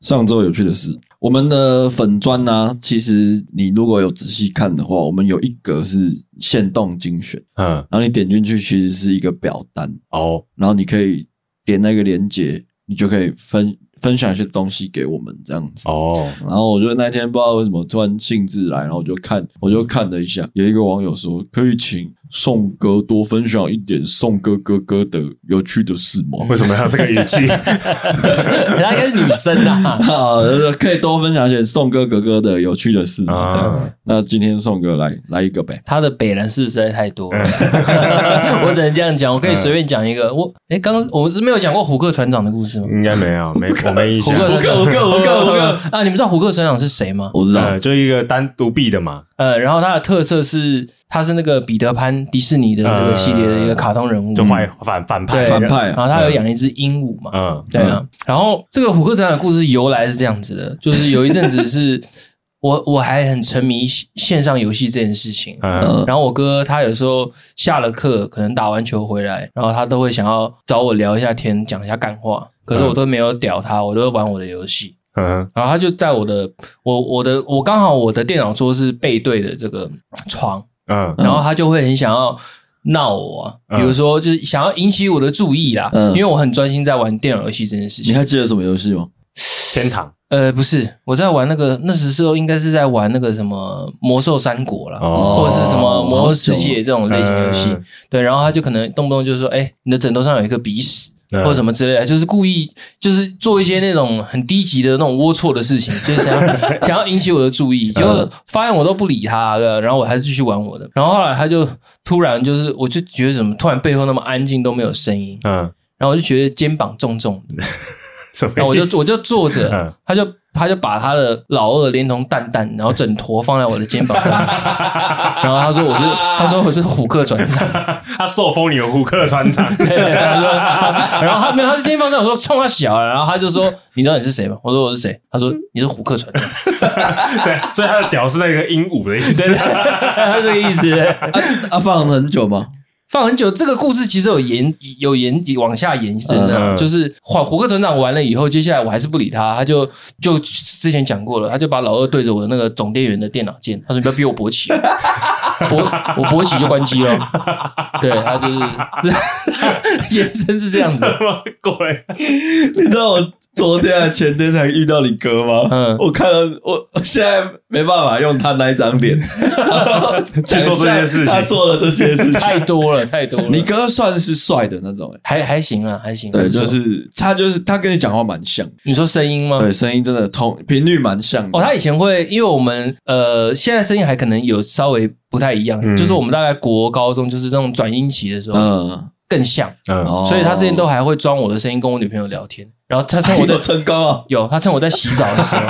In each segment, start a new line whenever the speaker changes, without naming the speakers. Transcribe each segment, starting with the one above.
上周有趣的事，我们的粉砖呢、其实你如果有仔细看的话，我们有一格是限动精选，
嗯，
然后你点进去其实是一个表单，
哦，
然后你可以点那个链接，你就可以分分享一些东西给我们这样子。
哦，
然后我就那天不知道为什么突然兴致来，然后我就看，我就看了一下，有一个网友说，可以请宋哥多分享一点宋哥哥哥的有趣的事吗？。
为什么要这个语气？
人家应该是女生 啊
啊，可以多分享一些宋哥哥哥的有趣的事吗？这样
啊，
那今天宋哥来来一个呗，
他的北人事实在太多了，
嗯
我只能这样讲。我可以随便讲一个。我哎，刚刚我们是没有讲过虎克船长的故事吗？
应该没 有，没我没印
虎
象。呃
克
啊虎克虎克虎克
啊！你们知道虎克船长是谁吗？
我知道，
呃，就一个单独臂的嘛，
呃，然后他的特色是他是那个彼得潘迪士尼的那个系列的一个卡通人物，
就坏反嗯反
对
派。
反派啊
然后他有养一只鹦鹉嘛，
嗯
对啊，然后这个虎克船长的故事由来是这样子的，就是有一阵子是我我还很沉迷线上游戏这件事情，
嗯，
呃
然后我哥他有时候下了课，可能打完球回来，然后他都会想要找我聊一下天，讲一下干话，可是我都没有屌他，我都玩我的游戏。
嗯
然后他就在我的我我的我刚好我的电脑桌是背对的这个床，
嗯
然后他就会很想要闹我啊、
嗯
比如说就是想要引起我的注意啦，
嗯
因为我很专心在玩电脑游戏这件事
你
情。
还记得什么游戏吗？
天堂
呃，不是，我在玩那个那时候应该是在玩那个什么魔兽三国啦，
哦
或者是什么魔兽世界这种类型的游戏。
嗯
对，然后他就可能动不动就说：“哎、你的枕头上有一个鼻屎。”
嗯
或者什么之类的，就是故意就是做一些那种很低级的那种龌龊的事情，就是想 要想要引起我的注意，结
嗯
果发现我都不理他，对吧然后我还是继续玩我的。然后后来他就突然就是，我就觉得怎么突然背后那么安静都没有声音，
嗯，
然后我就觉得肩膀重重 的，
什么意思？
然后我就我就坐
嗯
着，他就他就把他的老二连同蛋蛋，然后整坨放在我的肩膀 上，然后他说我是他说我是虎克船长。
他受封你的胡克船 长，
对，他说， 然后他没有，他是先放上，我说冲他小啊，然后他就说，你知道你是谁吗？我说我是谁？他说你是虎克船长，
对，所以他的屌是那个鹦鹉的意 思。
他这个意思。
啊，放了很久 吗？
放很久，这个故事其实有延有延往下延伸
嗯
的，
嗯
就是虎虎克船长完了以后，接下来我还是不理他，他就就之前讲过了，他就把老二对着我的那个总电源的电脑键，他说你不要逼我勃起。 勃我勃起就关机了， 对他就是这 延伸是这样子，
什么鬼？
你知道我昨天还前天才遇到你哥吗？
嗯
我看到我我现在没办法用他那一张 脸去
去做这件事 情
他做了这些事 情。
太多了，太多了。
你哥算是帅的那种、欸，
还还行啊，还行。
对，
不错
就是他就是他跟你讲话蛮像的，
你说声音吗？
对，声音真的同频率蛮像的。
哦，他以前会，因为我们呃，现在声音还可能有稍微不太一样，
嗯
就是我们大概国高中就是那种转音期的时候
嗯，
更像，
嗯，
哦
所以他之前都还会装我的声音跟我女朋友聊天，然后他趁我
我
在
的成功啊，
有他趁我在洗澡的时候，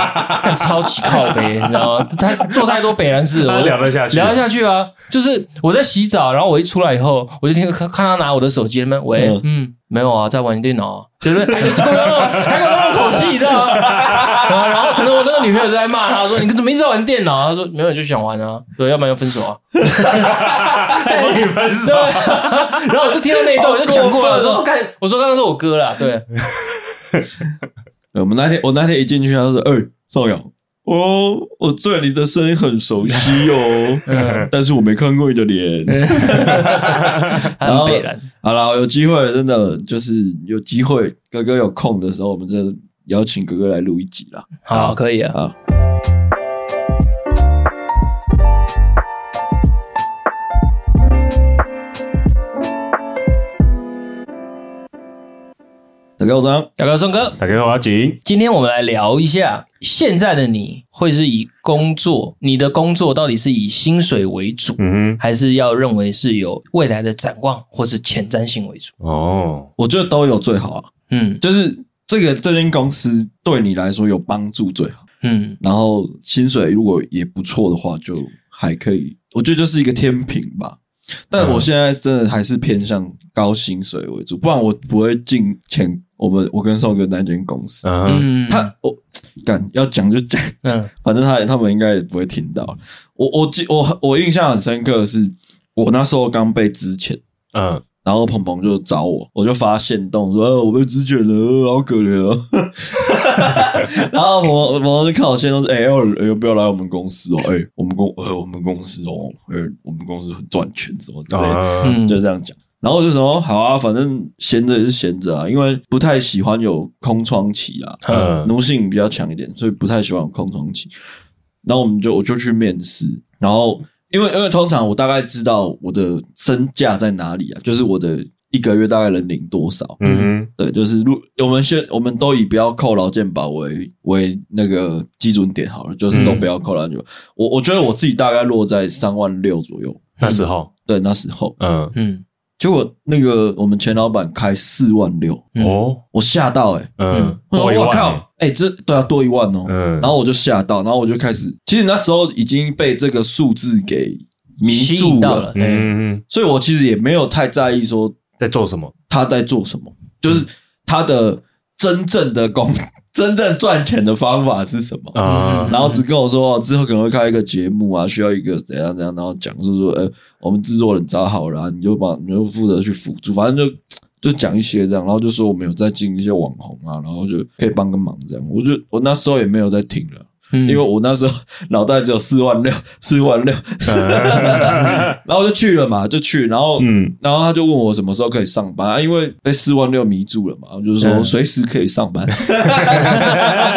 但超级靠背，你知道吗？他做太多北兰事了，
他
我
聊得下去，
聊得下去啊，就是我在洗澡，然后我一出来以后，我就听看看他拿我的手机那边，喂，
嗯
嗯没有啊，在玩电脑、啊，对不对？还给我 用，还给我用口气，你知道吗？ 然后，然后可能我那个女朋友就在骂他，说你怎么一直在玩电脑、啊？他说没有，就想玩啊，对，要不然就分手啊。
还帮你分手
对，，然后我就听到那一段，我就抢过来，
好过分
我
哦
说干，我说刚刚是我哥啦，对，
对我们那天我那天一进去，他就说：“哎、宋阳，哦，我对你的声音很熟悉
嗯
哦， 但是我没看过你的脸。
他
然后
嗯很北兰，”
好了，有机会真的就是有机会，哥哥有空的时候，我们真的邀请哥哥来录一集啦。
好，可以啊。
啊，大家好，我是张
大哥，宋哥，
打给我阿锦，
今天我们来聊一下，现在的你会是以工作，你的工作到底是以薪水为主，
嗯
还是要认为是有未来的展望或是前瞻性为主？
哼，哦，
我觉得都有最好啊。
嗯
就是这个这间公司对你来说有帮助最好，
嗯
然后薪水如果也不错的话，就还可以。我觉得就是一个天平吧。但我现在真的还是偏向高薪水为主，不然我不会进前我们我跟宋哥那间公司。
嗯哼，
嗯，
他我干要讲就讲，
嗯
反正他他们应该也不会听到。我我记我我印象很深刻的是，我那时候刚被之前。
嗯
然呃后鹏鹏就找我，我就发现动说：“呃，我被之前了，好可怜啊！” 然后我我就看我现在都是哎，要、要不要来我们公司哦？哎、我们公呃我们公司哦，哎、我们公司很赚钱什么之类的。
啊，
嗯，
就这样讲。然后我就想说，好啊，反正闲着也是闲着啊，因为不太喜欢有空窗期啊，
嗯
奴性比较强一点，所以不太喜欢有空窗期。然后我们就我就去面试，然后因为因为通常我大概知道我的身价在哪里啊，就是我的一个月大概能领多少，
嗯
对，就是如我们先，我们都以不要扣劳健保为为那个基准点好了，就是都不要扣劳健保。
嗯
我我觉得我自己大概落在三万六左右，
哼，那时候，
对，那时候，
嗯，
嗯
结果那个我们前老板开四万六，
嗯
哦，
我吓到哎、欸，
嗯，
我
多一
说哇
万
靠
欸，，
哎、这对啊多一万哦、
嗯，
然后我就吓到，然后我就开始，其实那时候已经被这个数字给迷
吸
住
引到
了，
了，嗯
嗯，嗯，
所以我其实也没有太在意说
在做什么？
他在做什么，就是他的真正的工， 真正赚钱的方法是什么。
啊
嗯，
然后只跟我说、哦之后可能会开一个节目啊，需要一个怎样怎样，然后讲是说，呃，我们制作人找好了啊、你就把 你就负责去辅助，反正就就讲一些这样，然后就说我们有在进一些网红啊，然后就可以帮个忙这样。我就我那时候也没有在听了，因
嗯
为我那时候
嗯
脑袋只有四万六，四万六， 然后我就去了嘛，就去，然后
嗯，
然后他就问我什么时候可以上班，啊、因为被四万六迷住了嘛，我就说
嗯
随时可以上班，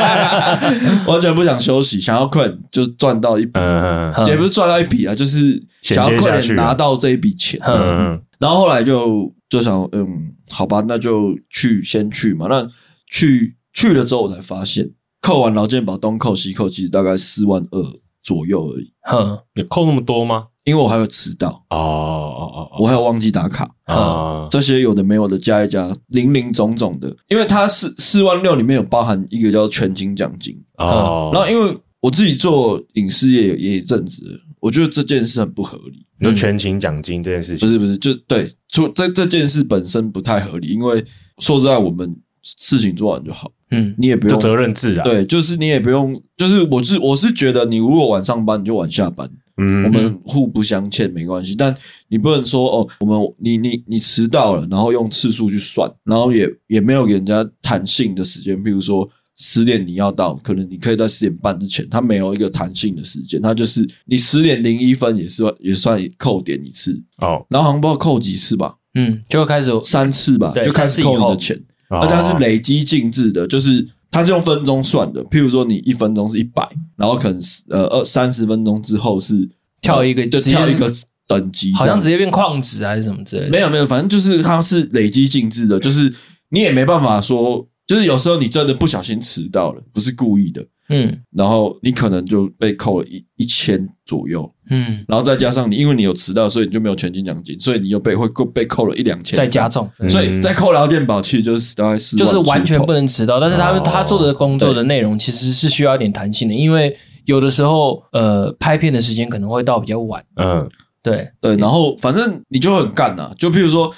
完全不想休息，想要快点就赚到一笔，
嗯，
嗯
也不是赚到一笔啊，就是想要
衔接
快
下去
点
啊
拿到这一笔钱。
嗯
嗯，
然后后来就就想，嗯，好吧，那就去先去嘛。那去去了之后，我才发现扣完劳健保东扣西扣，其实大概四万二左右而已，
哼
你扣那么多吗？
因为我还有迟到，
哦哦
我还有忘记打卡。
哦哦，
这些有的没有的加一加，零零总总的，因为它四四万六里面有包含一个叫全勤奖金，
啊哦，
然后因为我自己做影视业也也一阵子了，我觉得这件事很不合理，
你说全勤奖金这件事
不
情，
是不是，就对，除这这件事本身不太合理，因为说实在，我们事情做完就好，
嗯
你也不
就
用
责任制啊，，
对，就是你也不用，就是我是我是觉得你如果晚上班你就晚下班，
嗯，
我们互不相欠没关系，但你不能说哦，我们你你你迟到了，然后用次数去算，然后也也没有给人家弹性的时间，譬如说十点你要到，可能你可以在十点半之前，它没有一个弹性的时间，它就是你十点零一分也是也算扣点一次，
哦，
然后好像不知道扣几次吧，
嗯，就开始
三次吧，
对
就开始
三次以
扣你
后
的钱，而
而
且它是累积进制的，就是。它是用分钟算的，譬如说你一分钟是一百，然后可能是呃二三十分钟之后是
跳一个
就
直接
跳一个等级这样子，
好像直接变矿值还是什么之类的，
没有没有，反正就是它是累积进制的，就是你也没办法说，就是有时候你真的不小心迟到了，不是故意的，
嗯
然后你可能就被扣了一一千左右，
嗯，
然后再加上你因为你有迟到，所以你就没有全勤奖金，所以你又被会扣被扣了一两千，
再加重，
所以再扣劳健保其实就是大概四万
嗯就是
出头
完全不能迟到，但是他
哦
他做的工作的内容其实是需要一点弹性的，因为有的时候呃拍片的时间可能会到比较晚，
嗯
对，
对，然后反正你就很干呐、啊就譬如说，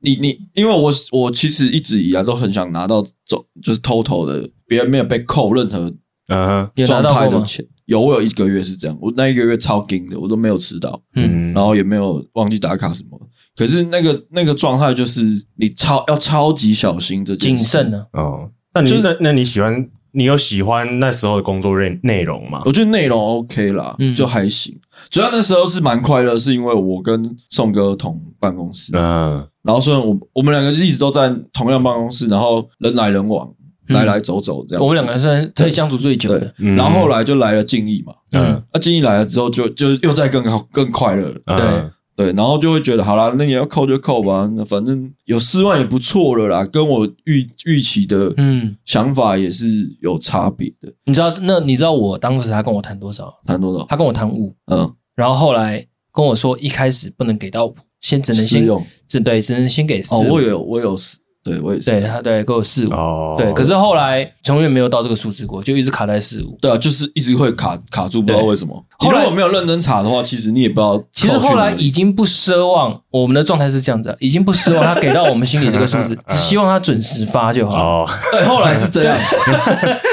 你你，因为我我其实一直以来都很想拿到走，就是 total 的，别人没有被扣任何
嗯
有拿
状
到
态
过
的
吗？
钱。有，我有一个月是这样，我那一个月超紧的，我都没有迟到，
嗯
嗯，
然后也没有忘记打卡什么。可是那个那个状态就是你超要超级小心这件
谨
事
慎。啊呢，
哦，那你
就是
那那你喜欢你有喜欢那时候的工作内内容吗？
我觉得内容 OK 啦，
嗯
就还行。主要那时候是蛮快乐，是因为我跟宋哥同办公室，
嗯
然后虽然我我们两个就一直都在同样办公室，然后人来人往，
嗯
来来走走这样子。
我们两个人算最相处最久
对
的，，
嗯
然后后来就来了静怡嘛，
嗯
嗯
那静怡来了之后就就又再更好更快乐了。
嗯
对，然后就会觉得好啦，那也要扣就扣吧，那反正有四万也不错了啦，跟我预预期的
嗯，
想法也是有差别的。
你知道那你知道我当时他跟我谈多少？
谈多少？
他跟我谈五，
嗯，
然后后来跟我说一开始不能给到五，先只能
试
先
用
只对只能先给四
哦，
五，
我有我有四，对我也是，
对他对给我四五，
哦，，
对，可是后来永远没有到这个数字过，就一直卡在四五。
对啊，就是一直会卡卡住，不知道
对
为什么。你
后
如
来
果没有认真查的话，其实你也不知道。
其实后来已经不奢望我们的状态是这样子啊，已经不奢望他给到我们心里这个数字 只希望他准时发就好，
哦，
对， 后来是这样。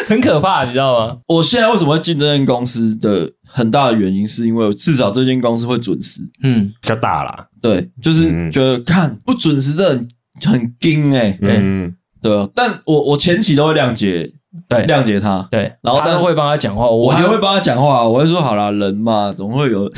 很可怕，你知道吗？
我现在为什么会进这间公司的很大的原因，是因为至少这间公司会准时。
嗯，
比较大啦，
对，就是
嗯
觉得看不准时这很很惊哎、欸，
嗯
对啊。但我我前期都会谅解
对
谅解他，
对，
然后
他
但
都会帮他讲话，
我
我
还
就
会帮他讲话，我会说好啦，人嘛，总会有。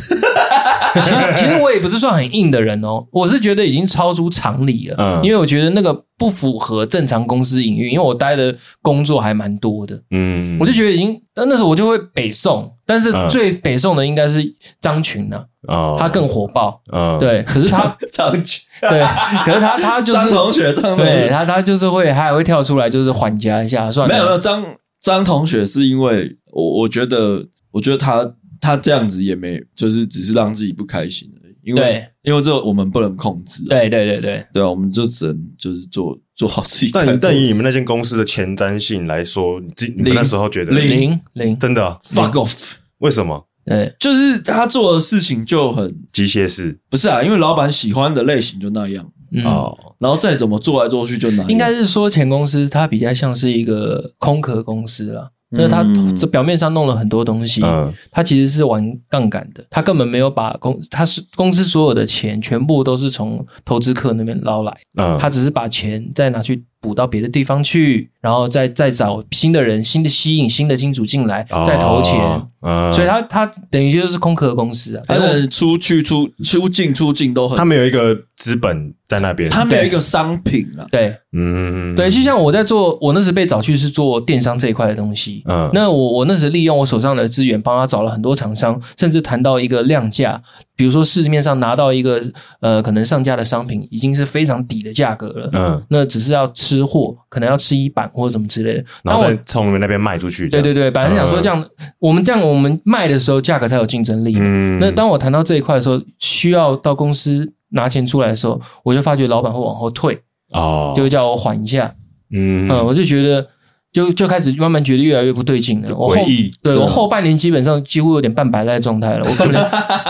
其实 其实我也不是算很硬的人哦，我是觉得已经超出常理了，
嗯
因为我觉得那个不符合正常公司营运，因为我待的工作还蛮多的，
嗯，
我就觉得已经，但那时候我就会北宋，但是
嗯
最北宋的应该是张群呐、
哦
他更火爆，
嗯，
对，可是 他
张群
对，可是他他就是
张同学，张同
对
学，
他他就是会他还会跳出来就是缓夹一下，算了，
没有没有张张同学是因为我我觉得，我觉得他他这样子也没，就是只是让自己不开心而已，因为
对
因为这我们不能控制、啊，
对对对对，
对啊，我们就只能就是做做好自己该做
但
的事。
但以你们那间公司的前瞻性来说，你自你们
零
那时候觉得
零
零零
真的啊
fuck off，
为什么
对
就是他做的事情就很
机械式
不是啊，因为老板喜欢的类型就那样，
嗯。
哦？
然后再怎么做来做去就那样。
应该是说前公司它比较像是一个空壳公司啦，就是它
嗯
这表面上弄了很多东西，
嗯
它其实是玩杠杆的，它根本没有把公它是公司所有的钱全部都是从投资客那边捞来，
嗯，
它只是把钱再拿去补到别的地方去，然后再再找新的人、新的吸引新的金主进来，再投钱。
哦，嗯，
所以它它等于就是空壳公司啊，
他
但是
的出去出出进出进都很，
他们有一个资本在那边，
他没有一个商品啊。
对
嗯
对，就像我在做，我那时被找去是做电商这一块的东西，
嗯
那我我那时利用我手上的资源，帮他找了很多厂商，甚至谈到一个量价，比如说市面上拿到一个呃可能上架的商品，已经是非常底的价格了，
嗯，
那只是要吃货，可能要吃一板或者什么之类的。
然
那
后
我
再从你们那边卖出去，
对对
对，
对，本来是想说
嗯
这样，我们这样我们卖的时候价格才有竞争力。
嗯，
那当我谈到这一块的时候，需要到公司拿钱出来的时候，我就发觉老板会往后退，
哦，
就会叫我缓一下。
嗯
嗯，我就觉得就就开始慢慢觉得越来越不对劲了。我后
诡异
对
对
我后半年基本上几乎有点半白赖状态了。我根本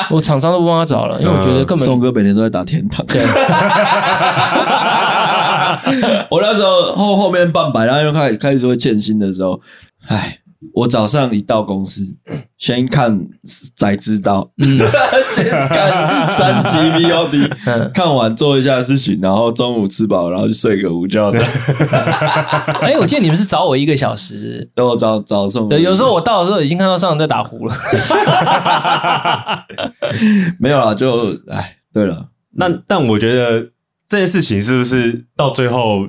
我厂商都不帮他找了，因为我觉得呃根
宋哥
本
每天都在打天堂。
对
我那时候后后面半百，然后又开始开始会欠薪的时候，唉，我早上一到公司，先看才知道， 先看三集 VOD，
嗯
看完做一下事情，然后中午吃饱，然后就睡个午觉的。
哎，我记得你们是找我一个 小时。
等我早早送，
对，有时候我到的时候已经看到上人在打呼了。
没有啦，就唉，对了，
那但我觉得这件事情是不是到最后，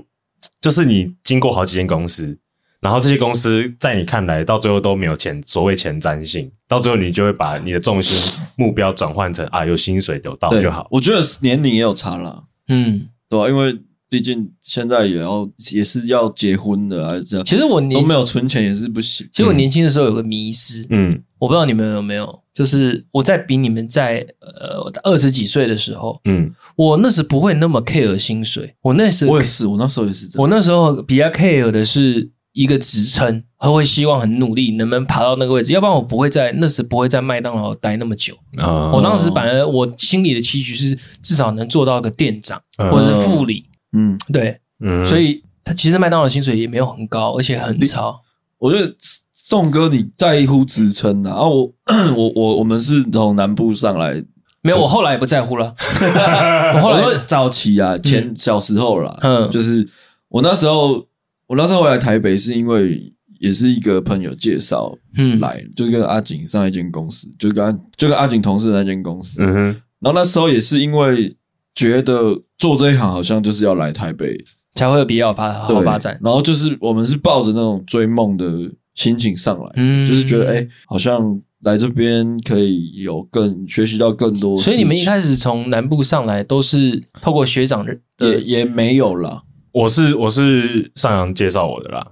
就是你经过好几间公司，然后这些公司在你看来到最后都没有前所谓前瞻性，到最后你就会把你的重心目标转换成啊有薪水有到
对
就好。
我觉得年龄也有差啦。
嗯，
对、啊，因为毕竟现在也要也是要结婚的啊，这样
其实我
都
年
没有存钱也是不行。
其实我年轻的时候有个迷失，
嗯
我不知道你们有没有，就是我在比你们在呃二十几岁的时候，
嗯
我那时不会那么 care 薪水，我那时
我也是，我那时候也是这
我
样。
那时候比较 care 的是一个职称，他会希望很努力，能不能爬到那个位置，要不然我不会在那时不会在麦当劳待那么久。
哦
啊
我当时反而我心里的期许是至少能做到个店长
嗯
或者是副理，
嗯，
对，
嗯
所以他其实麦当劳薪水也没有很高，而且很超。
我觉得宋哥你在乎职称啊，啊我我我我们是从南部上来，
没有，我后来也不在 乎了。我后
我
来
说早期啊，前小时候啦，
嗯
就是我那时候我那时候回来台北是因为。也是一个朋友介绍
嗯
来，就跟阿景上一间公司，就跟阿就跟阿景同事的那间公司，
嗯哼
然后那时候也是因为觉得做这一行好像就是要来台北
才会有比较发好
对
发展。
然后就是我们是抱着那种追梦的心情上来，
嗯
就是觉得哎、好像来这边可以有更学习到更多事情，
所以你们一开始从南部上来都是透过学长的，
也也没有啦，
我是我是上阳介绍我的啦，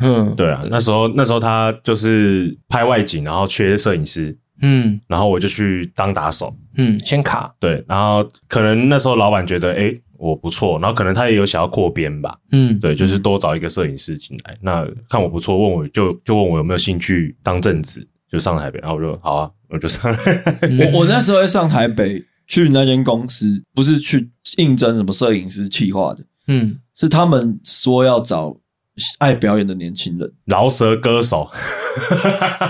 嗯
对啊，那时候那时候他就是拍外景，然后缺摄影师，
嗯
然后我就去当打手。
嗯，先卡，
对，然后可能那时候老板觉得，哎、我不错，然后可能他也有想要扩编吧，
嗯
对，就是多找一个摄影师进来，那看我不错，问我就就问我有没有兴趣当正职，就上台北，然后我就好啊，我就上来，
嗯
我我那时候在上台北去那间公司，不是去应征什么摄影师企划的，
嗯，
是他们说要找爱表演的年轻人，
饶舌歌手，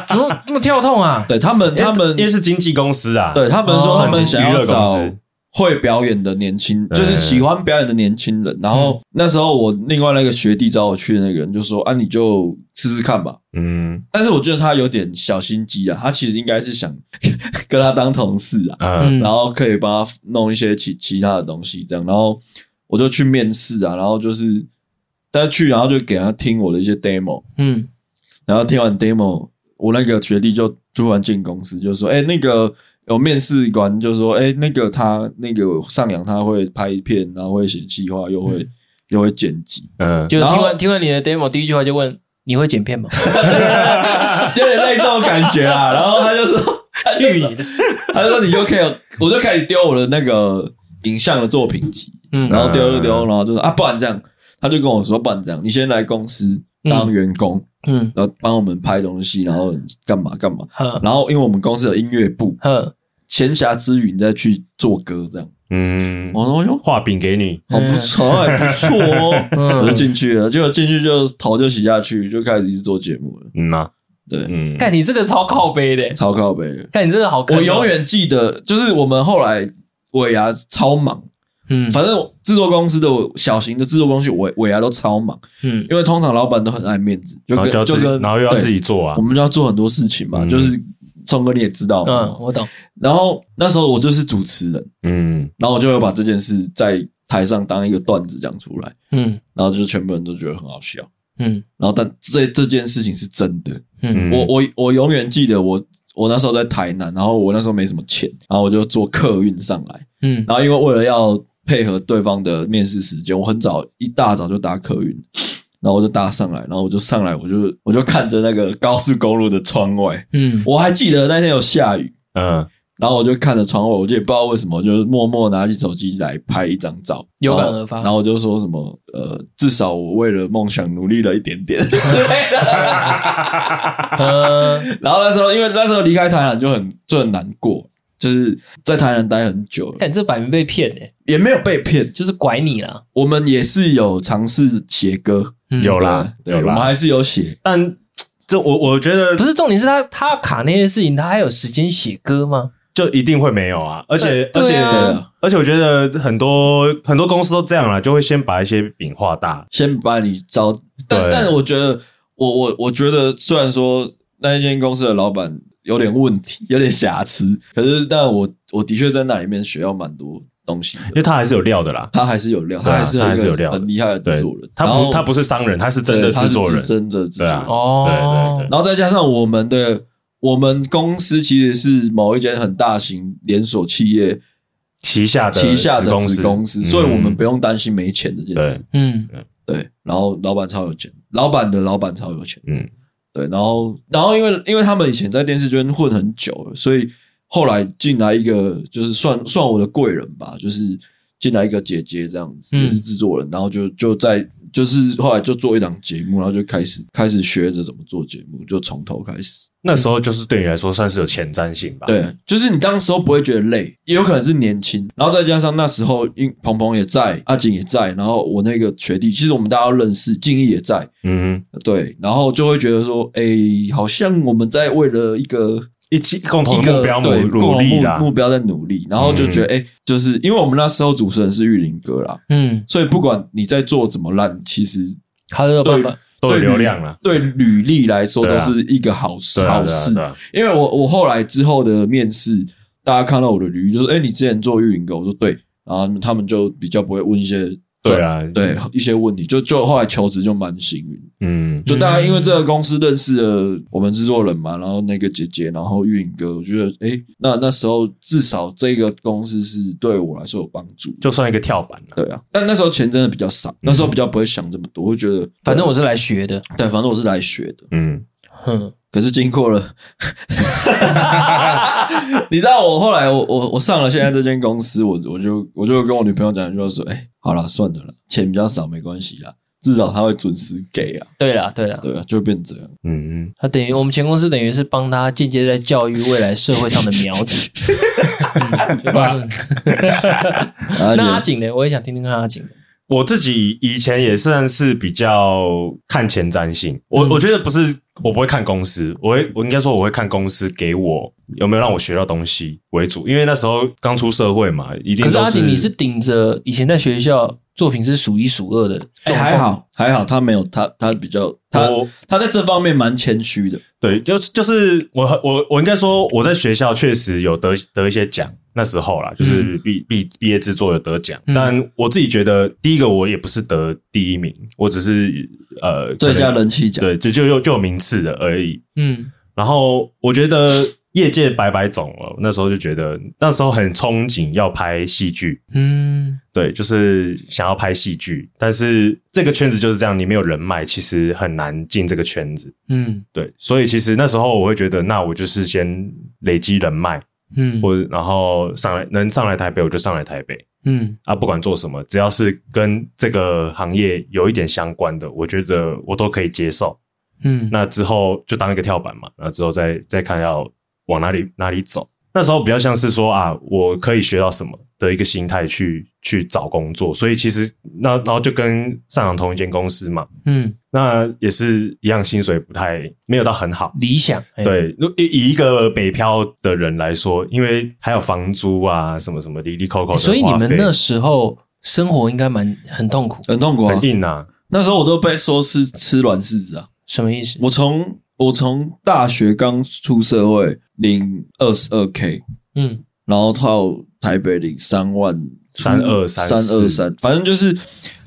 怎么那么跳痛啊？
对他们他们
因为是经纪公司啊，
嗯对他们说他
算
们
经
想
娱
要
乐
找
公司
会表演的年轻，
对
就是喜欢表演的年轻人。然后那时候我另外那个学弟找我去的那个人就说：“啊，你就试试看吧。
嗯”
但是我觉得他有点小心机啊，他其实应该是想 跟他当同事啊，
嗯
然后可以帮他弄一些其其他的东西这样。然后我就去面试啊，然后就是但去然后就给他听我的一些 demo，
嗯
然后听完 demo，我那个学弟就突然进公司，就说：“哎、那个有面试官就说，哎、那个他那个上扬他会拍片，然后会写计划，又
嗯
会、又会剪辑，
嗯，
就
然后
听完听完你的 demo，第一句话就问你会剪 片吗？：“
有点类似这种感觉啊。”然后他就说
去你的！
他就说你就可以，我就开始丢我的那个影像的作品集，
嗯
然后丢丢丢，然后就说啊，不然这样。”他就跟我说：“不然这样，你先来公司当员工，
嗯
然后帮我们拍东西，然后干嘛干嘛。
呵
然后因为我们公司有音乐部，
呵，
闲暇之余你再去做歌这样。
嗯，
我说哟，
画饼给你，
好不错，还不错哦。
哎 嗯
我就进去了，结果进去就头就洗下去，就开始一直做节目了。
嗯呐，
对，
嗯，
看你这个超靠背的，
超靠背的。
看你这个好坑哦，
我永远记得，就是我们后来尾牙超忙，
嗯
反正制作公司的小型的制作公司尾尾牙都超忙，
嗯
因为通常老板都很爱面子，就
然后
跟
就要自己
跟
然后又要自，己
对
做啊
我，们就要做很多事情嘛，
嗯
就是聪哥你也知道
嗯，
嘛。
我懂，
然后那时候我就是主持人。
嗯
然后我就会把这件事在台上当一个段子讲出来，
嗯
然后就全部人都觉得很好笑。
嗯
然后但这这件事情是真的，
嗯，
嗯
我我我永远记得我我那时候在台南，然后我那时候没什么钱，然后我就坐客运上来，
嗯
然后因为为了要配合对方的面试时间，我很早一大早就搭客运。然后我就搭上来，然后我就上来，我就我就看着那个高速公路的窗外，
嗯
我还记得那天有下雨，
嗯
然后我就看着窗外，我就也不知道为什么，我就默默拿起手机来拍一张照，
有感
然后
而发
然后我就说什么，呃，至少我为了梦想努力了一点点 之类的。
呃
然后那时候，因为那时候离开台南就很就很难过，就是在台南待很久了，
看你这摆明被骗的，
也没有被骗。
就是拐你了。
我们也是有尝试写歌，
嗯
有啦，
对，
有
我们
啦，
还是有写。
但这我我觉得
不是重点是他他卡那些事情，他还有时间写歌吗？
就一定会没有啊，而且而
对
且
对啊
而且我觉得很多很多公司都这样了，就会先把一些饼画大，
先把你招，但
对
但我觉得，我我我觉得，虽然说那一间公司的老板有点问题， 有点瑕疵，可是但我我的确在那里面学到蛮多东西
因
的。
为他还是有料的啦。
他还是有料，
对啊
还是
他还
一
是有
个
料的
很厉害的
对
制作人。，
他
然后
不他不是商人，他是真的
对他是
制作人
自。真的制作人
对。啊
哦，
对对对
然后再加上我们的我们公司其实是某一间很大型连锁企业
旗下的
旗下的
子
子
公
公
司，嗯
司，所以我们不
要
用担心没钱这件事。
嗯
对，然后老板超有钱，老板的老板超有钱。
嗯
对，然后然后因为因为他们以前在电视圈混很久了，所以后来进来一个就是算算我的贵人吧，就是进来一个姐姐这样子，
嗯
也是制作人，然后就就在就是后来就做一档节目，然后就开始开始学着怎么做节目，就从头开始。
那时候就是对你来说算是有前瞻性吧？，
对，就是你当时候不会觉得累，也有可能是年轻，然后再加上那时候因鹏鹏也在，阿锦也在，然后我那个学弟，其实我们大家都认识，静怡也在，
嗯，
对，然后就会觉得说，哎、好像我们在为了一个
一起共
一
同的
个
目标努
对
努力啦嗯
共同目，目标在努力，然后就觉得哎、诶就是因为我们那时候主持人是玉林哥啦，
嗯，
所以不管你在做怎么烂，其 实
他有办法，
都有
对履
流量了。
对履历来说
对
都
啊
是一个好事、
对啊
好
对啊
事
对。啊
因为我我后来之后的面试，大家看到我的履历就说：“哎、你之前做玉林哥。”我说：“对。”然后他们就比较不会问一些
对啊
对一些问题，就就后来求职就蛮幸运。
嗯，
就大家因为这个公司认识了我们制作人嘛，然后那个姐姐，然后运营哥，我觉得诶，那那时候至少这个公司是对我来说有帮助。
就算一个跳板了。
对啊，但那时候钱真的比较少，那时候比较不会想这么多，我就觉得
嗯反正我是来学的。
对，反正我是来学的。
嗯，
嗯
可是经过了， 你知道我后来我我我上了现在这间公司，我我就我就跟我女朋友讲，就说，哎、好了，算了啦，钱比较少没关系啦，至少他会准时给啊，，
对了对了，
对啊，就变这样。
嗯，
他等于我们前公司等于是帮他间接在教育未来社会上的苗子。嗯对吧
而且
那阿景呢？我也想听听看阿景的。
我自己以前也算是比较看前瞻性，我、
嗯
我觉得不是，我不会看公司，我会我应该说我会看公司给我有没有让我学到东西为主，因为那时候刚出社会嘛，一定
可
都
是阿锦，你是顶着以前在学校作品是数一数二的，
哎、还好还好，他没有他他比较他
我
他在这方面蛮谦虚的，
对，就是就是我我我应该说我在学校确实有得得一些奖，那时候啦，就是毕毕毕业制作有得奖，
嗯
但我自己觉得第一个我也不是得第一名，我只是呃
最佳
可能
人气奖。
对就就就就有名次的而已。
嗯
然后我觉得业界百百种了，那时候就觉得嗯那时候很憧憬要拍戏剧，
嗯
对，就是想要拍戏剧，但是这个圈子就是这样，你没有人脉，其实很难进这个圈子。
嗯
对，所以其实那时候我会觉得，那我就是先累积人脉，
嗯
或者然后上来能上来台北我就上来台北
嗯
啊，不管做什么，只要是跟这个行业有一点相关的，我觉得我都可以接受。
嗯，
那之后就当一个跳板嘛，那之后再再看要往哪里哪里走。那时候比较像是说啊，我可以学到什么的一个心态去去找工作，所以其实那然后就跟上场同一间公司嘛，
嗯
那也是一样，薪水不太没有到很好。
理想，哎，
对，如以以一个北漂的人来说，因为还有房租啊，什么什么里里扣扣的花费，
哎所以你们那时候生活应该蛮很痛苦，
很痛苦啊
很！硬啊，
那时候我都被说是吃软柿子啊！
什么意思？
我从我从大学刚出社会领二十二 k，
嗯
然后到台北领三万
32
三
34
二三，反正就是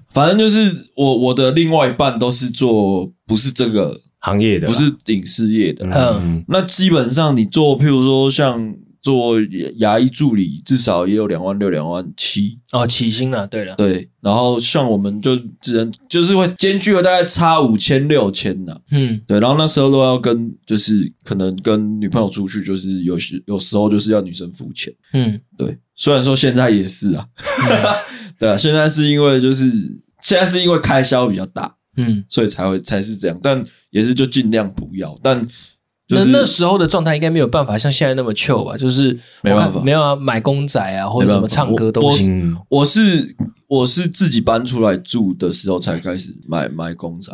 反正就是我我的另外一半都是做不是这个
行业的啦啊
不是影视业的，
嗯
那基本上你做譬如说像做牙医助理，至少也有两万六两万七，
哦，起薪了，对了，
对，然后像我们就只能就是会间距了大概差五千六千呐。
嗯
对，然后那时候都要跟，就是可能跟女朋友出去，就是有时有时候就是要女生付钱。
嗯
对，虽然说现在也是啊， 对啊，现在是因为就是现在是因为开销比较大，
嗯，
所以才会才是这样，但也是就尽量不要。但就
那
是
那时候的状态应该没有办法像现在那么 chill 吧？就是
没办法
我看没有啊，买公仔啊，或者什么唱歌都不
我
行。
嗯，
我是我是自己搬出来住的时候才开始买买公仔，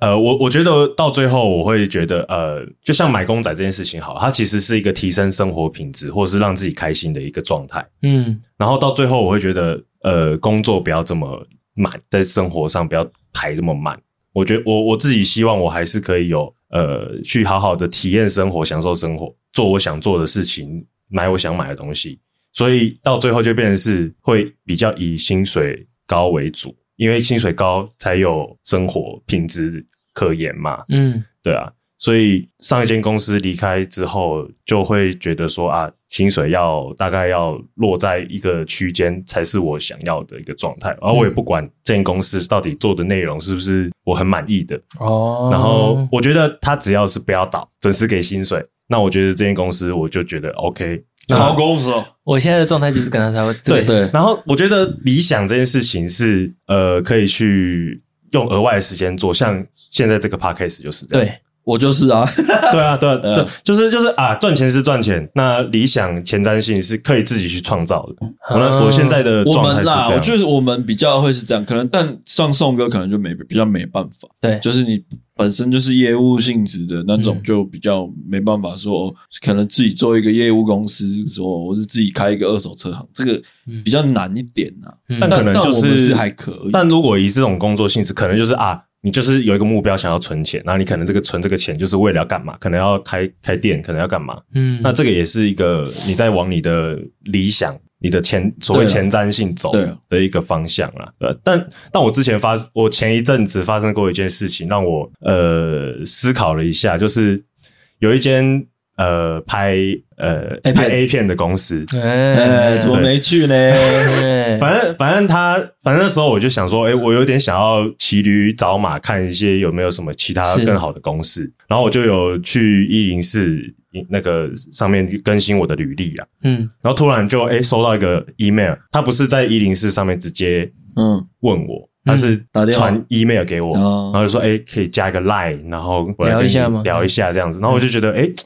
呃，我我觉得到最后我会觉得，呃，就像买公仔这件事情好，它其实是一个提升生活品质或是让自己开心的一个状态。
嗯
然后到最后我会觉得，呃，工作不要这么满，在生活上不要排这么满。我觉得我我自己希望我还是可以有呃，去好好的体验生活，享受生活，做我想做的事情，买我想买的东西。所以到最后就变成是会比较以薪水高为主，因为薪水高才有生活品质可言嘛。
嗯
对啊，所以上一间公司离开之后，就会觉得说啊，薪水要大概要落在一个区间才是我想要的一个状态，而我也
嗯
不管这间公司到底做的内容是不是我很满意的，
哦，
然后我觉得他只要是不要倒，准时给薪水，那我觉得这间公司我就觉得 OK。
好公司哦，
我现在的状态就是跟他差不多。
对
对，
然后我觉得理想这件事情是呃可以去用额外的时间做，像现在这个 podcast 就是这样。
对，
我就是 啊，
对啊，对啊，
对啊
对，就是就是啊，赚钱是赚钱，那理想前瞻性是可以自己去创造的。我
啊
呢，我现在的
我
状态
们
是
啦，
这
我
样，
就是我们比较会是这样，可能但上宋哥可能就没比较没办法，
对
就是你本身就是业务性质的那种
嗯，
就比较没办法说，哦可能自己做一个业务公司，说我是自己开一个二手车行，这个
嗯
比较难一点啊。
嗯
但可能就
但我们
是
是还可以
但如果以这种工作性质，可能就是啊，你就是有一个目标想要存钱，然后你可能这个存这个钱就是为了要干嘛？可能要开开店，可能要干嘛？
嗯，
那这个也是一个你在往你的理想、你的前所谓
对啊
前瞻性走
对啊
的一个方向啦。呃，但但我之前发，我前一阵子发生过一件事情，让我呃思考了一下，就是有一间呃拍呃
A 片
拍 A 片的公司。
哎，
哎，
怎么没去呢？
哎
反正反正他反正那时候我就想说，哎、我有点想要骑驴找马，看一些有没有什么其他
是
更好的公司。然后我就有去一零四那个上面更新我的履历啊。
嗯
然后突然就哎、诶收到一个 email，他不是在一零四上面直接
嗯，
问我，他是
打电话
传 email 给我，
哦
然后就说哎、诶可以加一个 line，然后我来
聊
跟
一
你
下吗
聊一下这样子，然后我就觉得哎、诶嘖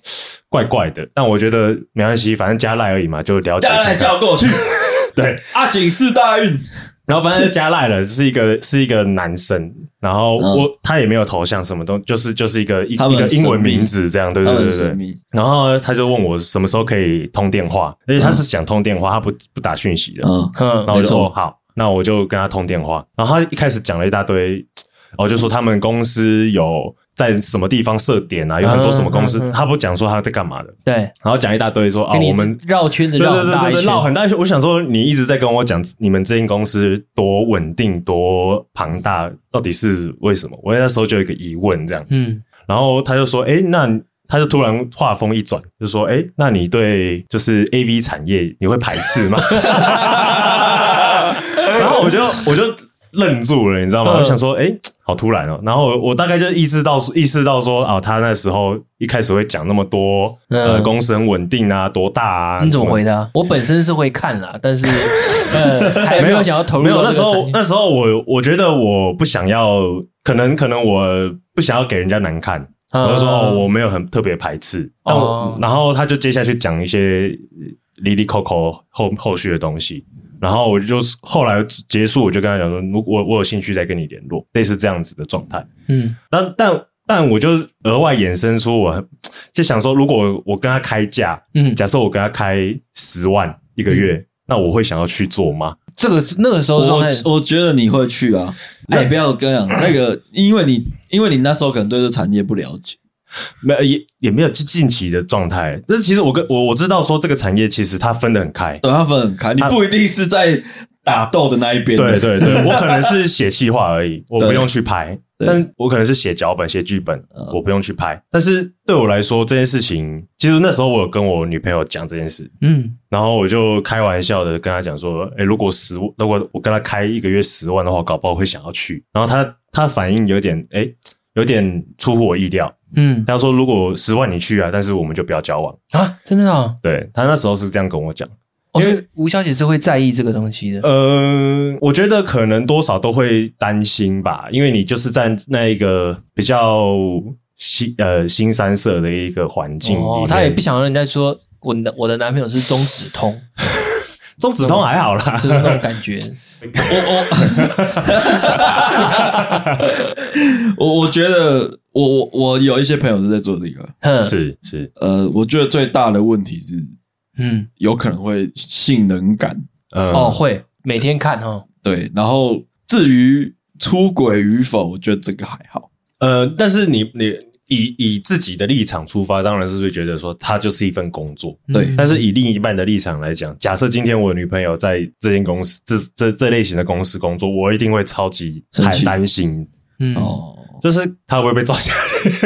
怪怪的，但我觉得没关系，反正加 line 而已嘛，就了解
叫
看
来
看。
叫过去，
对
阿景是大运，
然后反正就加赖了，是一个是一个男生，然后
嗯
我、他也没有头像，什么都就是就是一个一
他们
一个
很
英文
神秘
名字这样，对
他
对
们很
对对
神
对。
秘，
然后他就问我什么时候可以通电话，而且他是想通电话，他不不打讯息的。
嗯
嗯
然后
没
我就
错
说、哦、好，那我就跟他通电话。然后他一开始讲了一大堆，我就说他们公司有在什么地方设点啊，有很多什么公司，
嗯嗯嗯
他不讲说他在干嘛的，
对，
然后讲一大堆说啊
跟，你
我们
绕圈子
对
绕
对
很
对
大
对
一
对，
圈，
绕很大一圈。我想说，你一直在跟我讲你们这间公司多稳定、多庞大，到底是为什么？我那时候就有一个疑问这样。
嗯，
然后他就说：“哎，那他就突然话锋一转，就说：‘哎，那你对就是 A V 产业你会排斥吗？’ 然后我就我就愣住了，你知道吗？
嗯
我想说：‘哎，好突然哦。’然后我我大概就意识到意识到说啊，他那时候一开始会讲那么多，呃，
嗯
公司很稳定啊，多大啊，
你怎么
什
回答？我本身是会看啦，但是呃还没有想要投入
没有，
到
那
这
时
个产业。
候那时候我我觉得我不想要，可能可能我不想要给人家难看，我就说
啊
哦，我没有很特别排斥。但我、
嗯哦
然后他就接下去讲一些离离扣扣后后续的东西，然后我就后来结束，我就跟他讲说，如果我我有兴趣再跟你联络，类似这样子的状态。
嗯
但但但我就额外衍生出我就想说，如果我跟他开价，
嗯，
假设我跟他开十万一个月，那我会想要去做吗？
这个那个时候的状
我
态，
我觉得你会去啊，
哎
那你不要跟讲那个，因为你因为你那时候可能对这产业不了解，
没有也也没有近近期的状态，但是其实我跟我我知道说这个产业其实它分得很开，
对他分很开，你不一定是在打斗的那一边，
对，对对，我可能是写企划而已，我不
对
用去拍，
对
但我可能是写脚本、写剧本
嗯，
我不用去拍。但是对我来说，这件事情，其实那时候我有跟我女朋友讲这件事，
嗯
然后我就开玩笑的跟她讲说，诶，如果十，如果我跟她开一个月十万的话，搞不好会想要去。然后她她反应有点，诶，有点出乎我意料。
嗯
她说，如果十万你去啊，但是我们就不要交往。
啊，真的啊，
对她那时候是这样跟我讲。
哦，
因
所
为
以吴小姐是会在意这个东西的。
呃，我觉得可能多少都会担心吧，因为你就是在那一个比较新呃新三色的一个环境里面。
哦，她也不想让人家说我的我的男朋友是中指 通，
中指通还好啦，
就是那种感觉。
我我觉得我我我有一些朋友是在做这个，
哼，
是是，
呃，我觉得最大的问题是
嗯，
有可能会性能感，
嗯，
哦，会每天看哦，
对，然后至于出轨与否，我觉得这个还好，
呃，但是你你以以自己的立场出发，当然是会觉得说它就是一份工作。
嗯
对
但是以另一半的立场来讲，假设今天我女朋友在这间公司这这这类型的公司工作，我一定会超级
生
很
气
担心，
嗯，
哦。
就是她会不会被抓起来？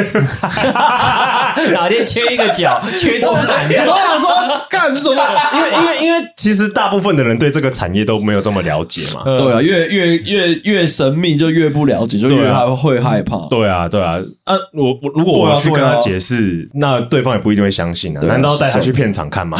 哪天缺一个 角，缺只男，
我想说干什 么？因为因为因为其实大部分的人对这个产业都没有这么了解嘛。
对啊，越越越越神秘就越不了解，就
对
越
啊
害会害怕。
对啊，对啊，啊，我我如果我
对啊
去跟
对啊
他解释，那对方也不一定会相信啊。
对啊
难道带他
是
去片场看吗？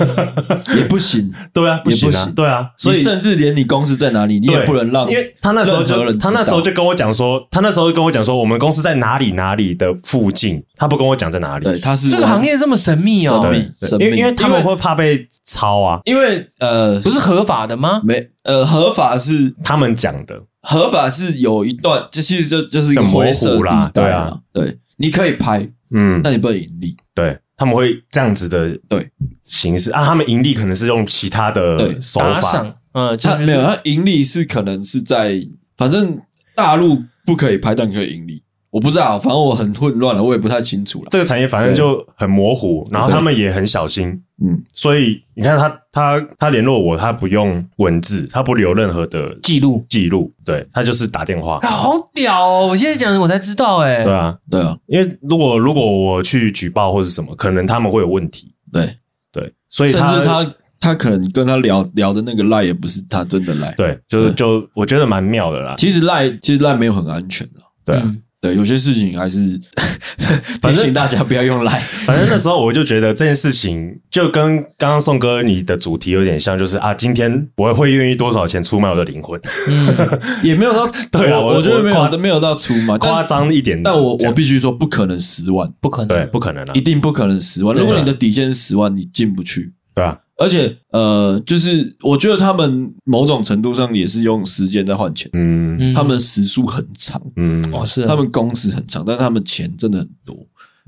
也不行，
对啊，不行
也不
啊
行，
对啊，所
所以
以
甚至连你公司在哪里，你也
对
不能让，
因为他那时候
任何
就
人知
他
道
那时候就跟我讲说，他那时候就跟我讲说，我们公司在哪里哪里的附近，他不跟我讲在哪里。
对他是
这个行业这么神秘
神
哦，
秘
对
神秘
因为因为他们
因为
会怕被抄啊，
因为呃
不是合法的吗？
没呃合法是
他们讲的，
合法是有一段，这其实就就是一个
很模糊
灰色地
啦
带
对
啊
啊，
对，你可以拍，
嗯，
但你不能盈利。
对，他们会这样子的
对
形式啊，他们盈利可能是用其他的
对
手
打
法，啊
赏，嗯，就
他
是
没有，他盈利是可能是在反正大陆不可以拍，但可以盈利。我不知道，反正我很混乱了，我也不太清楚了。
这个产业反正就很模糊，然后他们也很小心，
嗯，
所以你看他他他联络我，他不用文字，他不留任何的
记录，
记录，对他就是打电话
啊，，好屌哦！我现在讲我才知道，哎
对，啊，
对啊，
因为如果如果我去举报或者什么，可能他们会有问题，
对，
对，所以
甚
他
至他他可能跟他聊聊的那个赖也不是他真的赖。，
对就是
对
就我觉得蛮妙的啦，
其实赖其实赖没有很安全的。
对啊。
嗯
对，有些事情还是
反正
提醒大家不要用 赖。
反正那时候我就觉得这件事情就跟刚刚宋哥你的主题有点像，就是啊，今天我会愿意多少钱出卖我的灵魂，
嗯，
也没有 到
对啊
我
我
我觉
我
得没
夸
有没有到出嘛， 但
夸。张一点的
但我
这
我
样
必须说，不可能十万，
不可能，
对不可能啊
一，定不可能十万。
对
如果
对啊
你的底线是十万，你进不去。
对啊，
而且呃，就是我觉得他们某种程度上也是用时间在换钱，
嗯
嗯
他们时数很长，
嗯
哦是啊
他们工时很长，但他们钱真的很多。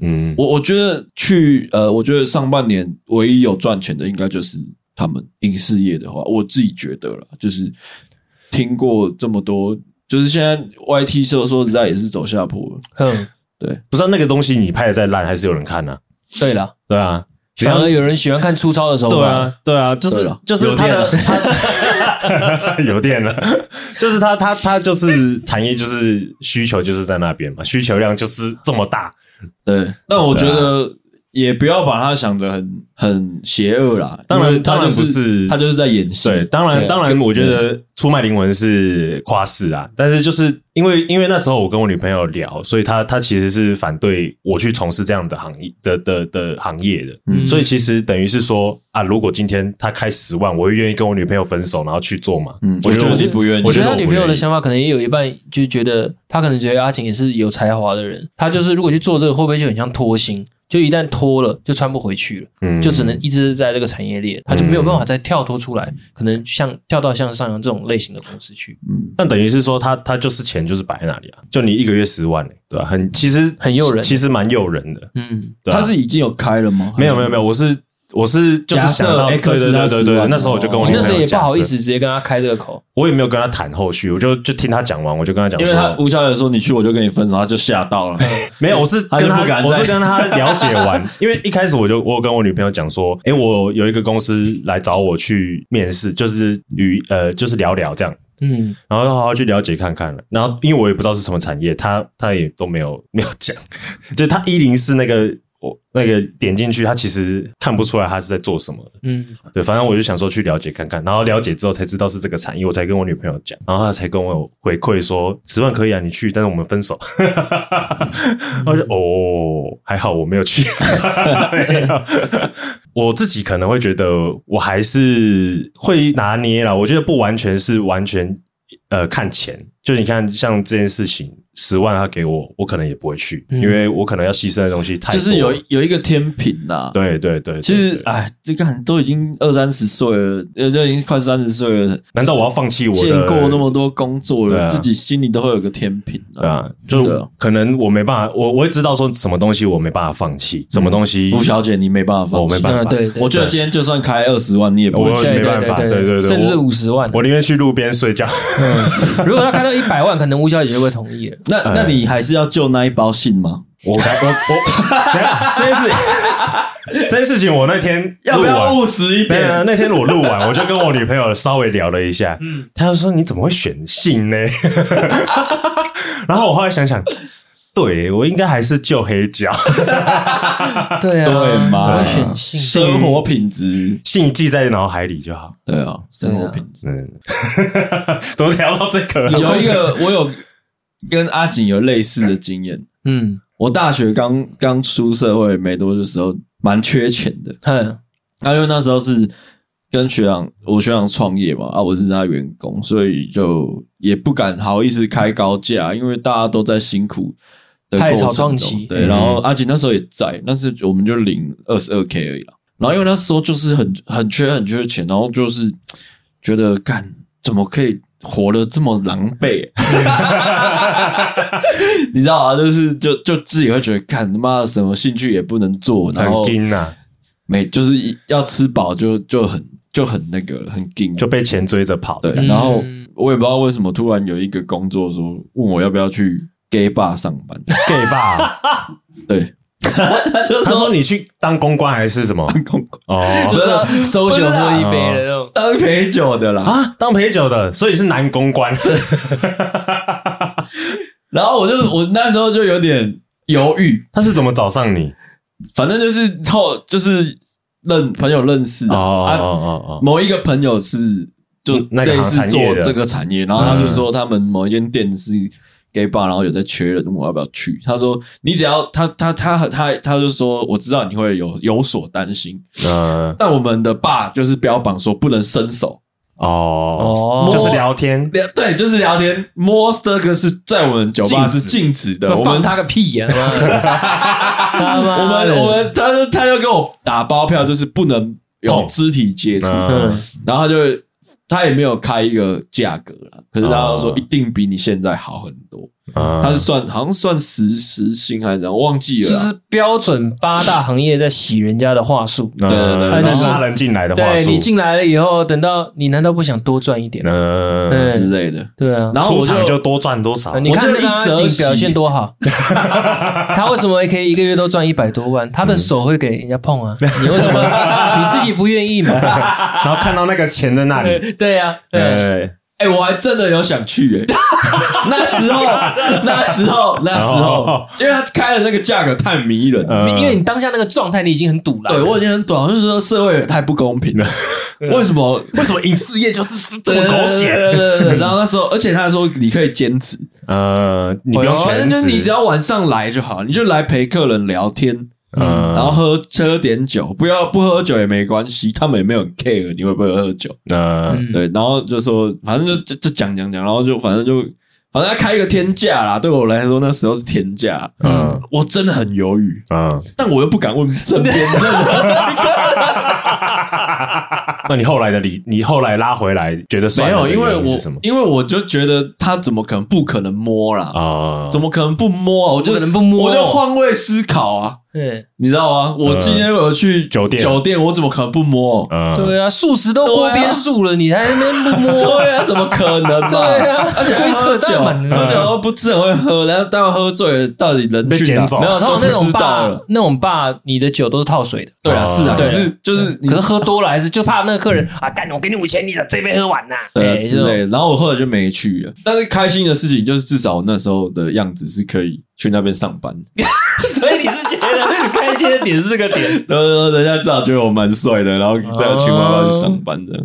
嗯，
我我觉得去呃，我觉得上半年唯一有赚钱的应该就是他们影视业的话，我自己觉得啦，就是听过这么多，就是现在 YT 社说实在也是走下坡了。
嗯，
不知道那个东西你拍的再烂，还是有人看呢、啊？
对了，
对啊，只
反
要
而有人喜欢看粗糙的手法。
对啊，对啊，就
对
是
了
就是
有
他
电
的他 有电了，就是他他他就是产业就是需求就是在那边嘛，需求量就是这么大，
对，但我觉得也不要把它想着很很邪恶啦，
当然
因为他
当
就
然不是
是他就是在演戏。
对，当
对
然，
啊
当然，我觉得出卖灵魂是夸饰啊，但是就是因为因为那时候我跟我女朋友聊，所以她她其实是反对我去从事这样的行业的的的行业的，
嗯
所以其实等于是说啊，如果今天他开十万，我会愿意跟我女朋友分手，然后去做嘛？
嗯
我觉得
我
我
觉得你不愿意
我觉得
我
他
不
女朋友
愿
的
意
想法可能也有一半，就觉得他可能觉得阿晴也是有才华的人，他就是如果去做这个，会不会就很像脱星？就一旦脱了，就穿不回去了，
嗯
就只能一直在这个产业链，他就没有办法再跳脱出
嗯
来，可能像跳到像上扬这种类型的公司去，
嗯，
但等于是说他，他就是钱就是摆在那里啊，就你一个月十万、欸，对吧、很其实
很诱人
其实蛮诱人的。
嗯，
对啊
他是已经有开了吗？
没有没有没有，我是我是就是
假设
想到对
X
对对
他
对
10
对，
万
那时候我就跟我
哦
女
那
朋
时候
友
也不
假
好意
设
思直接跟他开这个口，
我也没有跟他谈后续，我就就听他讲完，我就跟他讲
因
说，
为他吴小姐说你去我就跟你分手，他就吓到 了。
没有，我是
他
跟
就
他
不敢再
我是跟他了解 完，因为一开始我就我有跟我女朋友讲说，诶，我有一个公司来找我去面试，就是与呃就是聊聊这样，
嗯，
然后好好去了解看看了。然后因为我也不知道是什么产业，他他也都没有没有讲， 就是他一零四那个我那个点进去，他其实看不出来他是在做什么的。
嗯，
对，反正我就想说去了解看看，然后了解之后才知道是这个产业，我才跟我女朋友讲，然后她才跟我回馈说十万可以啊，你去，但是我们分手。 我
嗯
就哦，还好我没 有去。没有我自己可能会觉得我还是会拿捏啦，我觉得不完全是完全呃看钱，就是你看像这件事情。十万他给我，我可能也不会去，
嗯
因为我可能要牺牲的东西太
就
多。
是有有一个天平呐、啊，
对对对，
其
对
实
对，
哎，这个都已经二三十岁了，呃，都已经快三十岁了，
难道我要放弃我的
见过这么多工作
对
了，
啊
自己心里都会有个天平
对
啊。
啊，就
对啊
可能我没办法，我我会知道说什么东西我没办法放弃，什么东西
吴、小姐，你没办法
我
放
没
弃，
办
对
法，
对对，
我觉得今天就算开二十万，你也不会
我
去。
对
没
对
办法
对
对对对
甚至
我
五十万，
我宁愿去路边睡觉。
嗯，如果他开到一百万，可能吴小姐就会同 意了。
那
哎
那你还是要救那一包信吗？
我才我我 等一下这件事这件事情，我那天录完。
务实一
没有没有？那天我录完，我就跟我女朋友稍微聊了一下，嗯，她就说你怎么会选信呢？ 然后我后来想想，对我应该还是救黑胶，
对啊，
对嘛
我选性
生活品质，
信记在脑海里就好。
对啊，生活品质。
嗯， 怎么聊到这个啊了？
有一个，我有跟阿锦有类似的经验。
嗯，
我大学刚刚出社会没多久的时候，蛮缺钱的。
哼，
啊，因为那时候是跟学长，我学长创业嘛，啊，我是他员工，所以就也不敢好意思开高价，因为大家都在辛苦的
太
过程
草
中
创期
对，
嗯
然后阿锦那时候也在，但是我们就领二十二 k 而已啦。然后因为那时候就是很很缺很缺钱，然后就是觉得干怎么可以活得这么狼狈、啊 你知道啊，就是就就自己会觉得干他妈的什么兴趣也不能做，然
很啊
后
硬呐，
没，就是一要吃饱就就很就很那个很紧，
就被钱追着跑。
对。
嗯
然后我也不知道为什么突然有一个工作说问我要不要去 gay bar 上班，
gay 吧，
对，他就
他说你去当公关还是什么？
公
就
哦
是要收酒
不是
喝
啊
一杯的那种。
当陪酒的啦。
啊，当陪酒的，所以是男公关。
然后我就我那时候就有点犹豫，
他是怎么找上你？
反正就是后就是认朋友认识
哦
的啊
哦哦
某一个朋友是就
那个
类
行
似
产
做
业的
这个产业，然后他就说他们某一间店是 gay bar，然后有在缺人，问我要不要去？他说你只要他他他他他就说我知道你会有有所担心，
哦，嗯
但我们的 bar 就是标榜说不能伸手。
哦
哦，
就是聊天。
聊对，就是聊天摸这个是在我们酒吧
禁止
是禁止的，
那
我
放
们
他个屁呀！ 他妈的他妈
我
的
们我们他就他就跟我打包票，就是不能有
碰
肢体接触，
哦嗯
嗯，
然后他就会他也没有开一个价格啦，可是他就说
哦
一定比你现在好很多，
啊
他是算好像算时时薪还是怎样，忘记了
就
啦。
是标准八大行业在洗人家的话术。
嗯
对对对
然后
但是
拉人进来的话
对
术
你，进来了以后，等到你难道不想多赚一点？
嗯，
之类的，
对啊，
然后
出
我
场
就
就多赚多少
呃，你看
我
那
就
个阿
一折
锦
起
表现多好， 他为什么可以一个月都赚一百多万？他的手会给人家碰 啊，你为什么你自己不愿意嘛？
然后看到那个钱在那里，
对呀，对啊
对，
哎、我还真的有想去 哎、那时候，那时候，那时候
哦，
因为他开的那个价格太迷人了。
呃
因为你当下那个状态，你已经很堵了。
嗯对，我已经很懂，就是说社会太不公平了。 为什么
为什么影视业就是嗯这么狗血？
对对对对对然后那 时候，而且他还说你可以兼职，
呃，你不用
反
全
正哦就是你只
职，
要晚上来就好，你就来陪客人聊天，
嗯
然后喝喝点酒，不要不喝酒也没关系，他们也没有很 care 你会不会喝酒。
呃，
嗯
对，然后就说，反正就就就讲讲讲，然后就反正就反正他开一个天价啦，对我来说那时候是天价，
呃
嗯，
我真的很犹豫，
嗯，
但我又不敢问身边的人，
啊那你后来的理，你后来拉回来，觉得
没
算了
有，因为
的原
我
是什么
因为我就觉得他怎么可能不可能摸啦，
啊？
怎么可能不摸啊？我
我
就
不可能不摸，
我就换位思考啊，
对
你知道吗？我今天我去
酒店
呃酒店我怎么可能不摸？
嗯，
对啊，素食都锅边素了，你还在那边不摸？
对啊，怎么可能嘛？
对啊
而且还喝酒，
鬼扯淡嘛
喝酒都不是很会喝，然后当然喝醉了，到底人
被
去哪
捡走
没有，他们那
哦都不
种
知道
爸
了，
那种爸，你的酒都是套水的。
对啊，
哦
是啊，
对
可
啊
是就是你
可是喝多了还是就怕那个客人啊，干我给你五千，你咋这杯喝完呐？
嗯对啊
哎
之类的，然后我后来就没去了。但是开心的事情就是，至少我那时候的样子是可以去那边上 班，
这种 所以你是觉得开心的点是这个 点？
然后人家至少觉得我蛮帅的，然后再有青蛙蛙去上班这样。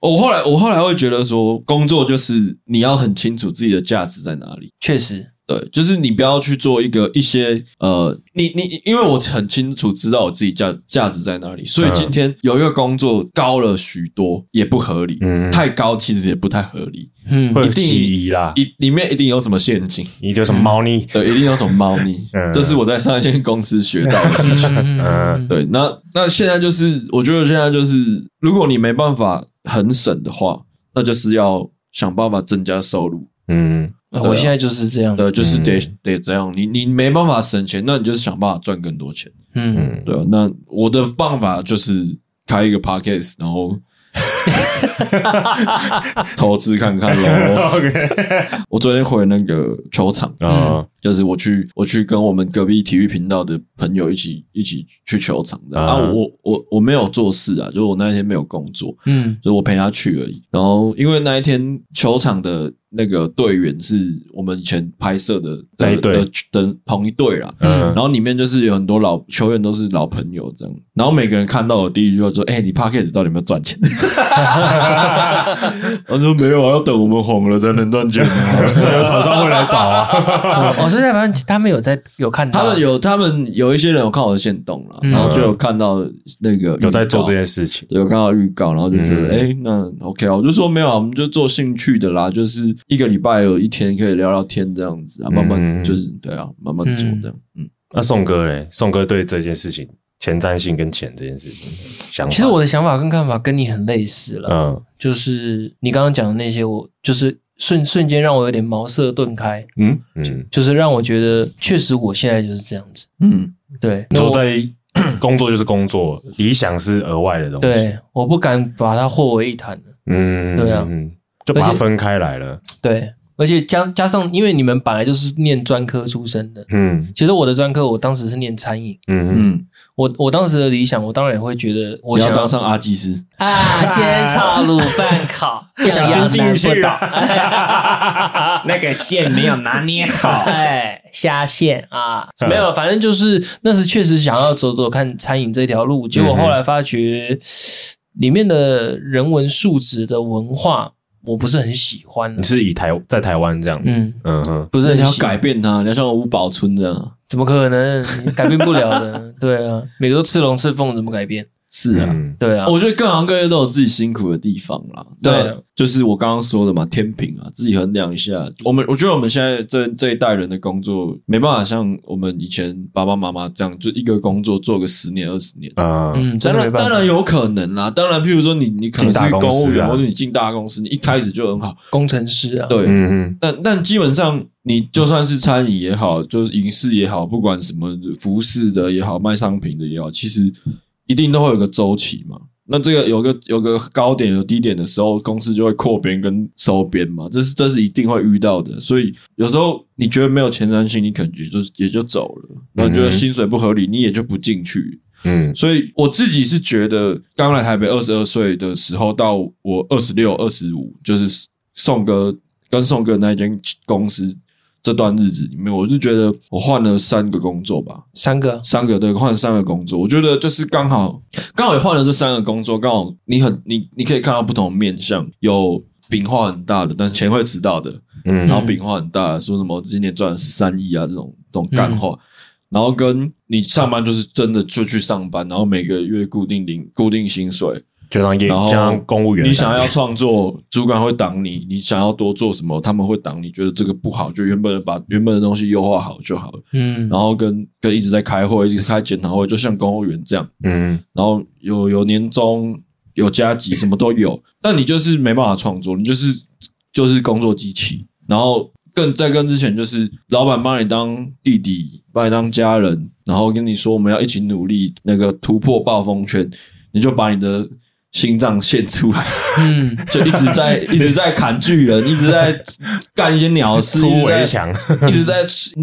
我后来，我后来会觉得说，工作就是你要很清楚自己的价值在哪里。
确实，
对，就是你不要去做一个一些呃，你你因为我很清楚知道我自己价价值在哪里，所以
嗯
今天有一个工作高了许多也不合理，
嗯
太高其实也不太合理，
嗯
会有
一定
起疑啦，
一里面一定有什么陷阱，
你就什么猫腻？
对，一定有什么猫腻，
嗯
这是我在上一间公司学到的 事情。
嗯嗯，
对，那那现在就是，我觉得现在就是，如果你没办法很省的话，那就是要想办法增加收入。
嗯，
啊我现在就是这样
对，
子，
就是得、
嗯
得这样，你你没办法省钱，那你就是想办法赚更多钱。
嗯，
对啊，那我的办法就是开一个 podcast，然 后投资看看咯。
嗯 OK，
我昨天回那个球场，
啊
就是我去我去跟我们隔壁体育频道的朋友一起一起去球场的啊，
嗯
我我我没有做事啊，就是我那一天没有工作，
嗯
就是我陪他去而已。然后因为那一天球场的那个队员是我们以前拍摄的
那
的
一队
的的同一队啦，
嗯
然后里面就是有很多老球员都是老朋友这样，然后每个人看到我第一句话说：“哎、你 p a c k a g e 到底有没有赚钱？” 他说：“没有啊，要等我们红了才能赚钱、啊
所以有厂商会来 找啊。
啊，我是在反正他们有在有看到，
他们有，他们有一些人有看我的线动了，
嗯
然后就有看到那个预告
有在做这，件事情，
对有看到预告，然后就觉得，
嗯
哎、那 OK 啊，我就说没有啊，我们就做兴趣的啦，就是一个礼拜有一天可以聊聊天这样子啊，慢慢、
嗯
就是对啊，慢慢做这样，嗯，
那宋哥嘞？宋哥对这件事情，前瞻性跟钱这件事情想法，
其实我的想法跟看法跟你很类似了，
嗯
就是你刚刚讲的那些，我就是瞬瞬间让我有点茅塞顿开，
嗯嗯，
就是让我觉得确实我现在就是这样子。
嗯，
对，
你
那
说
我
在工作就是工作，理想是额外的东西，，
对，我不敢把它和为一谈。
嗯，
对啊
嗯，就把它
而且
分开来了，
对，而且加加上，因为你们本来就是念专科出身的，
嗯
其实我的专科我当时是念餐饮，
嗯嗯，
嗯，
我我当时的理想，我当然也会觉得我
你要
想
当上阿基师，
啊，煎炒卤饭烤，不
小心进去啊
啊，那个线没有拿捏好，哎，虾线啊，没有，反正就是那时确实想要走走看餐饮这条路，结果后来发觉里面的人文素质的文化，我不是很喜欢啊
你，是以台在台湾这样，
嗯，
嗯哼，
不是
你
很
要
喜
改
欢，
变他，你要像吴宝春这样，
怎么可能？你改变不了的，对啊，每个都吃龙吃凤，怎么改变？
是啊，
嗯
对啊，
我觉得各行各业都有自己辛苦的地方啦。
对
那就是我刚刚说的嘛，天平啊，自己衡量一下。我们我觉得我们现在这这一代人的工作没办法像我们以前爸爸妈妈这样，就一个工作做个十年二十年。
嗯，
嗯，真
当
的
然，
没办
当
法
然。有可能啦。当然，譬如说你，你可能
进大
是
公司啊
公务员，或者你进大公司，你一开始就很好。
工程师啊，
对，
嗯
但但基本上，你就算是餐饮也好，就是影视也好，不管什么服饰的也好，卖商品的也好，其实一定都会有个周期嘛。那这个有个有个高点有低点的时候，公司就会扩编跟收编嘛，这是这是一定会遇到的。所以有时候你觉得没有前瞻性，你可能也就也就走了，然后觉得
嗯
薪水不合理，你也就不进去。
嗯
所以我自己是觉得，刚来台北二十二岁的时候，到我二十六、二十五，就是宋哥跟宋哥那一间公司这段日子里面，我就觉得我换了三个工作吧，
三个
三个对，换了三个工作，我觉得就是刚好刚好也换了这三个工作，刚好你很你你可以看到不同的面向，有饼画很大的，但是钱会迟到的，
嗯
然后饼画很大，说什么今年赚了十三亿啊这种这种干话，然后跟你上班就是真的就去上班，然后每个月固定领固定薪水，
就当业
然后
像公务员的
你
感觉，
想要创作，主管会挡你；你想要多做什么，他们会挡你，觉得这个不好，就原本的把原本的东西优化好就好了。
嗯，
然后跟跟一直在开会，一直开检讨会，就像公务员这样，
嗯
然后有有年终，有加急，什么都有，但你就是没办法创作，你就是就是工作机器。然后更在跟之前，就是老板把你当弟弟，把你当家人，然后跟你说我们要一起努力，那个突破暴风圈，你就把你的心脏献出来，
嗯，
就一直在一直在砍巨人，一直在干一些鸟事，
出
一直在
围墙，
一直在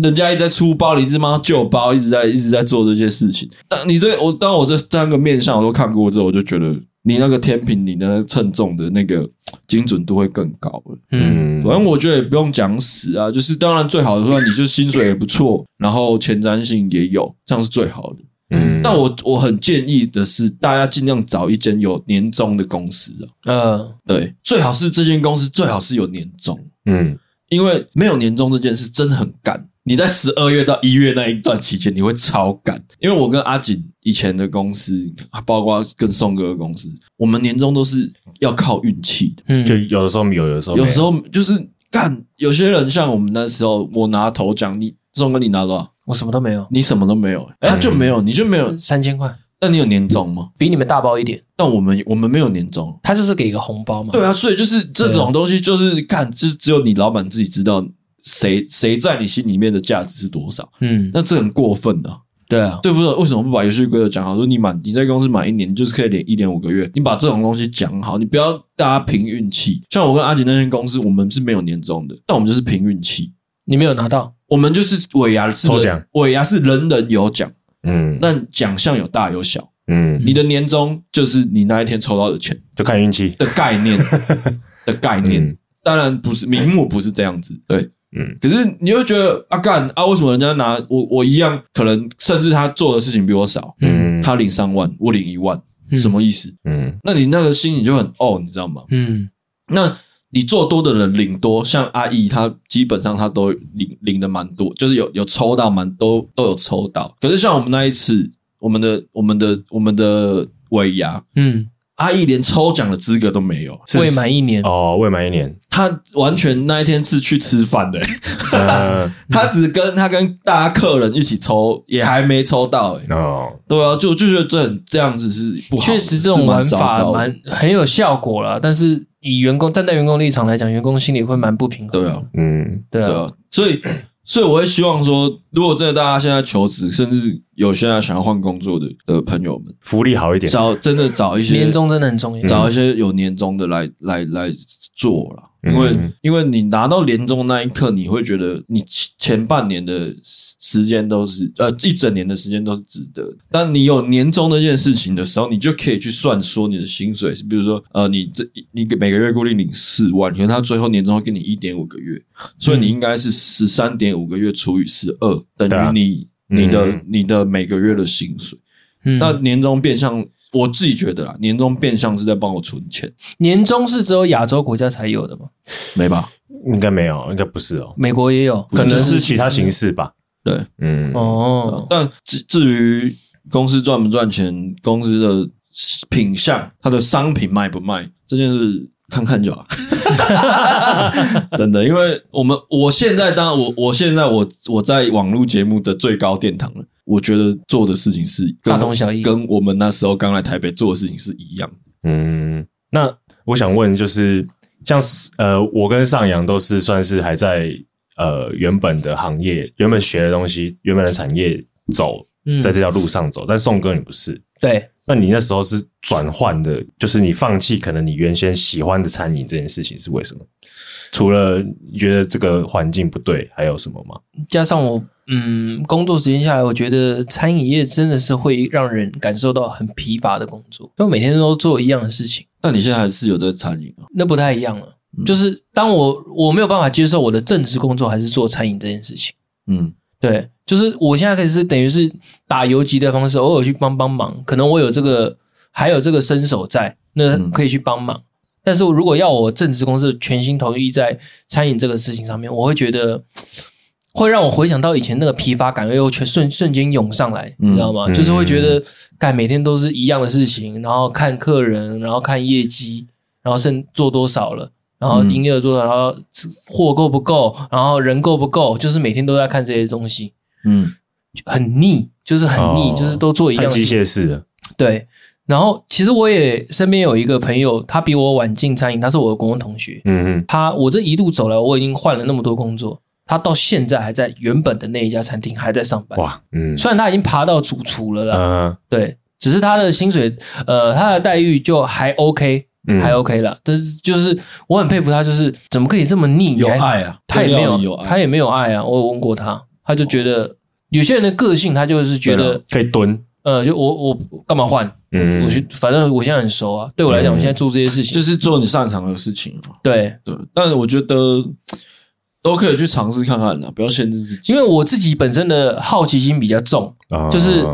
人家一直在出包，你一直帮他旧包，一直在一直在做这些事情。但你这我当我这三个面相我都看过之后，我就觉得你那个天平，你的那个称重的那个精准度会更高了。
嗯，
反正我觉得也不用讲死啊，就是当然最好的话，你就薪水也不错，然后前瞻性也有，这样是最好的。
嗯，
但我我很建议的是，大家尽量找一间有年终的公司啊，
呃，
对，最好是这间公司最好是有年终。
嗯
因为没有年终这件事真的很干。你在十二月到一月那一段期间，你会超干。因为我跟阿锦以前的公司，包括跟宋哥的公司，我们年终都是要靠运气的。
嗯，
就有的时候有，有的时候没
有时候就是干，有些人像我们那时候，我拿头奖，你宋哥你拿多少？
我什么都没有，
你什么都没有、欸，他就没有，你就没有。
三千块，
但你有年终吗？
比你们大包一点，
但我们我们没有年终。
他就是给一个红包嘛，
对啊，所以就是这种东西，就是干，就只有你老板自己知道谁谁在你心里面的价值是多少。
嗯，
那这很过分的、
对啊，
对不对？为什么不把游戏规则讲好？说你满你在公司满一年，你就是可以领一点五个月。你把这种东西讲好，你不要大家凭运气。像我跟阿杰那间公司，我们是没有年终的，但我们就是凭运气。
你没有拿到，
我们就是尾牙是
抽奖，
尾牙是人人有奖，
嗯
但奖项有大有小。
嗯，
你的年终就是你那一天抽到的钱
就看运气，
的概 念的概念。
嗯
当然不是名目不是这样子，对，
嗯，
可是你就觉得啊干啊，为什么人家拿我我一样，可能甚至他做的事情比我少，
嗯
他领三万，我领一万，
嗯
什么意思？
嗯
那你那个心里就很哦，你知道吗？
嗯
那你做多的人领多，像阿姨她基本上她都领领的蛮多，就是有有抽到蛮都都有抽到。可是像我们那一次，我们的我们的我们的尾牙，
嗯，
阿姨连抽奖的资格都没有，
是
未满一年，
哦，未满一年，
她完全那一天是去吃饭的、
呃
她只跟她跟大家客人一起抽，也还没抽到、欸，
哦，
对啊，就就觉得这很这样子是不好的，
确实这种
是
玩
糟
法
糕的
蛮很有效果啦，但是以员工站在员工立场来讲，员工心里会蛮不平衡，
对啊，
嗯
对
对
啊，
啊，所以所以我会希望说，如果真的大家现在求职，甚至有现在想要换工作的的朋友们，
福利好一点，
找真的找一些
年终真的很重
嗯
要，
找一些有年终的来来来做了。因为、
嗯
因为你拿到年终那一刻，你会觉得你前前半年的时时间都是呃一整年的时间都是值得的。当你有年终那件事情的时候，你就可以去算说你的薪水，比如说呃你这你每个月固定领四万，可能他最后年终会给你一点五个月，所以你应该是十三点五个月除以十二，等
对啊
于你、你的、
嗯
你的每个月的薪水。
嗯，
那年终变相，我自己觉得啦，年终变相是在帮我存钱，
年终是只有亚洲国家才有的嘛，
没吧？
应该没有，应该不是哦，
美国也有，
可能
就是
其他形式吧，
对，
嗯
哦，
但至至于公司赚不赚钱，公司的品相，它的商品卖不卖这件事。看看就好， 真的，因为我们我现在当然我我现在我我在网络节目的最高殿堂了，我觉得做的事情是跟
大同小异
跟我们那时候刚来台北做的事情是一样的。
嗯，那我想问，就是像是呃，我跟上扬都是算是还在呃原本的行业、原本学的东西、原本的产业走，
嗯
在这条路上走。但宋哥你不是，
对，
那你那时候是转换的，就是你放弃可能你原先喜欢的餐饮这件事情是为什么？除了你觉得这个环境不对，还有什么吗？
加上我嗯，工作时间下来，我觉得餐饮业真的是会让人感受到很疲乏的工作，因为每天都做一样的事情，
但你现在还是有在餐饮啊？
那不太一样了。就是当我我没有办法接受我的正职工作还是做餐饮这件事情。
嗯，
对，就是我现在可以是等于是打游击的方式，偶尔去帮帮忙，可能我有这个还有这个身手在，那
嗯
可以去帮忙。但是如果要我正职公司全心投入在餐饮这个事情上面，我会觉得会让我回想到以前那个疲乏感又全瞬瞬间涌上来，
嗯
你知道吗？就是会觉得，干每天都是一样的事情，然后看客人，然后看业绩，然后剩做多少了，然后
嗯
营业额做多少，然后货够不够，然后人够不够，就是每天都在看这些东西，
嗯，
就很腻，就是很腻，
哦
就是都做一样
太
的事
机
情
械式了，
对，然后其实我也身边有一个朋友，他比我晚进餐饮，他是我的国中同学。
嗯嗯，
他我这一路走来，我已经换了那么多工作，他到现在还在原本的那一家餐厅还在上班。
哇，嗯，
虽然他已经爬到主厨了啦，
呃，
对，只是他的薪水，呃，他的待遇就还 OK，、
嗯
还 OK 了。但是就是我很佩服他，就是怎么可以这么腻？
有
你还
爱啊，
他也
对
没
料
有
理有爱，
他也没有爱啊。我有问过他，他就觉得有些人的个性，他就是觉
对
得
啦。
可以蹲，
呃，就我我干嘛换？
嗯
我去，反正我现在很熟啊。对我来讲，
嗯
我现在做这些事情，
就是做你擅长的事情嘛。
对，
对，但我觉得都可以去尝试看看啦，不要限制自己。
因为我自己本身的好奇心比较重，
啊
就是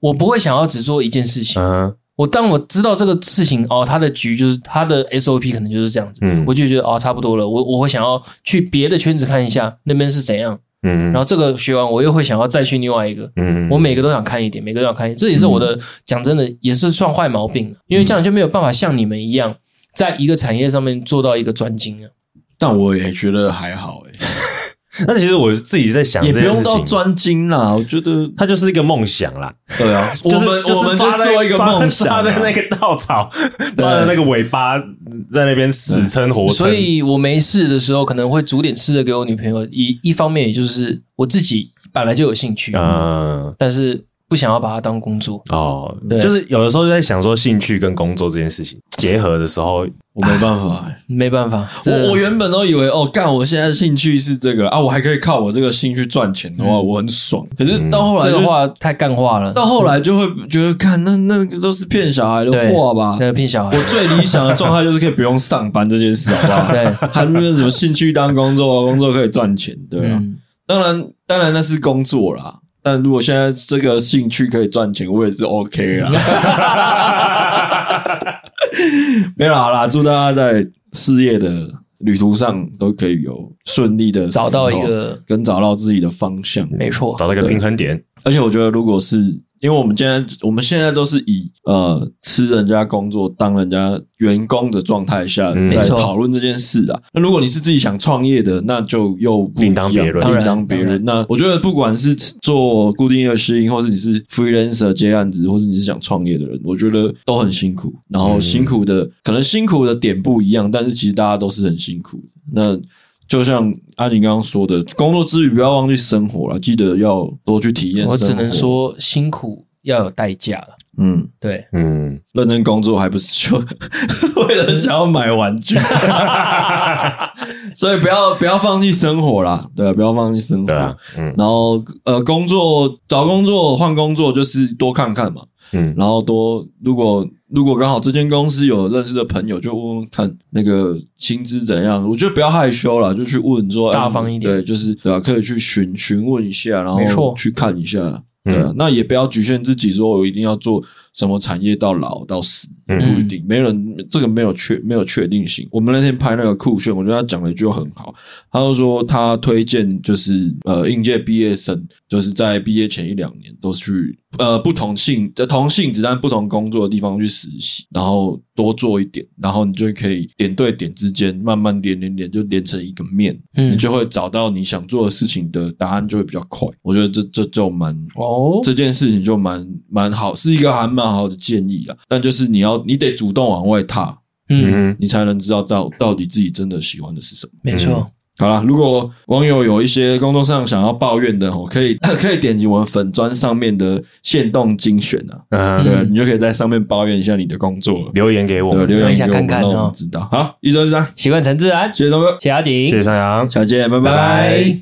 我不会想要只做一件事情。
嗯
我当我知道这个事情哦，它的局就是它的 SOP 可能就是这样子，
嗯
我就觉得哦差不多了，我我会想要去别的圈子看一下那边是怎样，
嗯，
然后这个学完我又会想要再去另外一个，
嗯，
我每个都想看一点，每个都想看一点，这也是我的、
嗯
讲真的，也是算坏毛病了，因为这样就没有办法像你们一样，在一个产业上面做到一个专精啊。
但我也觉得还好、欸，
那其实我自己在想
也
这
不
件
用
事
到
情，
专精啦。我觉得，
它就是一个梦想啦。
对 啊，
就是
我们
就是
我们
抓在
做一个梦想、
抓
啊，
在那个稻草，抓在那个尾巴，在那边死撑活撑。
所以我没事的时候可能会煮点吃的给我女朋友，一一方面也就是我自己本来就有兴趣，
啊
嗯，
但是不想要把它当工作。
哦，
对
就是有的时候在想说兴趣跟工作这件事情结合的时候，
我没办法、 欸。
没办法，这
我我原本都以为哦，干，我现在兴趣是这个啊，我还可以靠我这个兴趣赚钱的话，
嗯
我很爽。可
嗯
是到后来
这
就、
个话太干话了。
到后来就会觉得，看那那个都是骗小孩的
对
话吧。
那个骗小孩
我，最理想的状态就是可以不用上班这件事，好不好？
对
还没有什么兴趣当工作，工作可以赚钱，对啊。
嗯，
当然，当然那是工作啦。但如果现在这个兴趣可以赚钱，我也是 OK 啦。没有啦好啦，祝大家在事业的旅途上都可以有顺利的时候
找到一个
跟找到自己的方向。
没错，
找到一个平衡点。
而且我觉得，如果是因为我们现在我们现在都是以呃吃人家工作、当人家员工的状态下
嗯
在
没错
讨论这件事啊。那如果你是自己想创业的，那就又不一样
另当别论
当然
另当别
当
论
然。
那我觉得，不管是做固定的适应，或是你是 freelancer 接案子，或是你是想创业的人，我觉得都很辛苦。然后
嗯
辛苦的、可能辛苦的点不一样，但是其实大家都是很辛苦的。那就像阿锦刚刚说的，工作之余不要忘记生活了，记得要多去体验生活。
我只能，说辛苦要有代价了。
嗯，
对，
嗯，
认真工作还不是就 为了想要买玩 具，所以不要不要放弃生活啦，对啊，不要放弃生活。
对啊，嗯
然后呃，工作找工作换工作就是多看看嘛，
嗯，
然后多如果如果刚好这间公司有认识的朋友，就问问看那个薪资怎样。我觉得不要害羞啦，就去问说
大
哎
方一点
对，就是对啊，可以去询询问一下，然
没错
后去看一下。对啊，
嗯
那也不要局限自己，说我一定要做什么产业到老到死，
嗯
不一定，没人这个没有确没有确定性。我们那天拍那个酷炫，我觉得他讲的就很好，他就说他推荐就是呃应届毕业生就是在毕业前一两年都去呃不同性呃同性质但不同工作的地方去实习，然后多做一点，然后你就可以点对点之间慢慢连连连就连成一个面，
嗯
你就会找到你想做的事情的答案就会比较快。我觉得这这就蛮
哦，
这件事情就蛮蛮好，是一个还蛮好的建议啊。但就是你要你得主动往外踏，
嗯，
嗯
你才能知道到到底自己真的喜欢的是什么。
没错，
好啦，如果网友有一些工作上想要抱怨的哦，可以 可以点击我们粉砖上面的限动精选啊，
嗯，
对、
嗯
你就可以在上面抱怨一下你的工作，
留言给我
对，
们，
留
留一
言给
下
我们，
看看
让我
哦
们知道。好，一周就这样，
习惯成自然，
谢谢大家，
谢谢阿景，
谢谢山羊，
下期见，拜
拜
拜
拜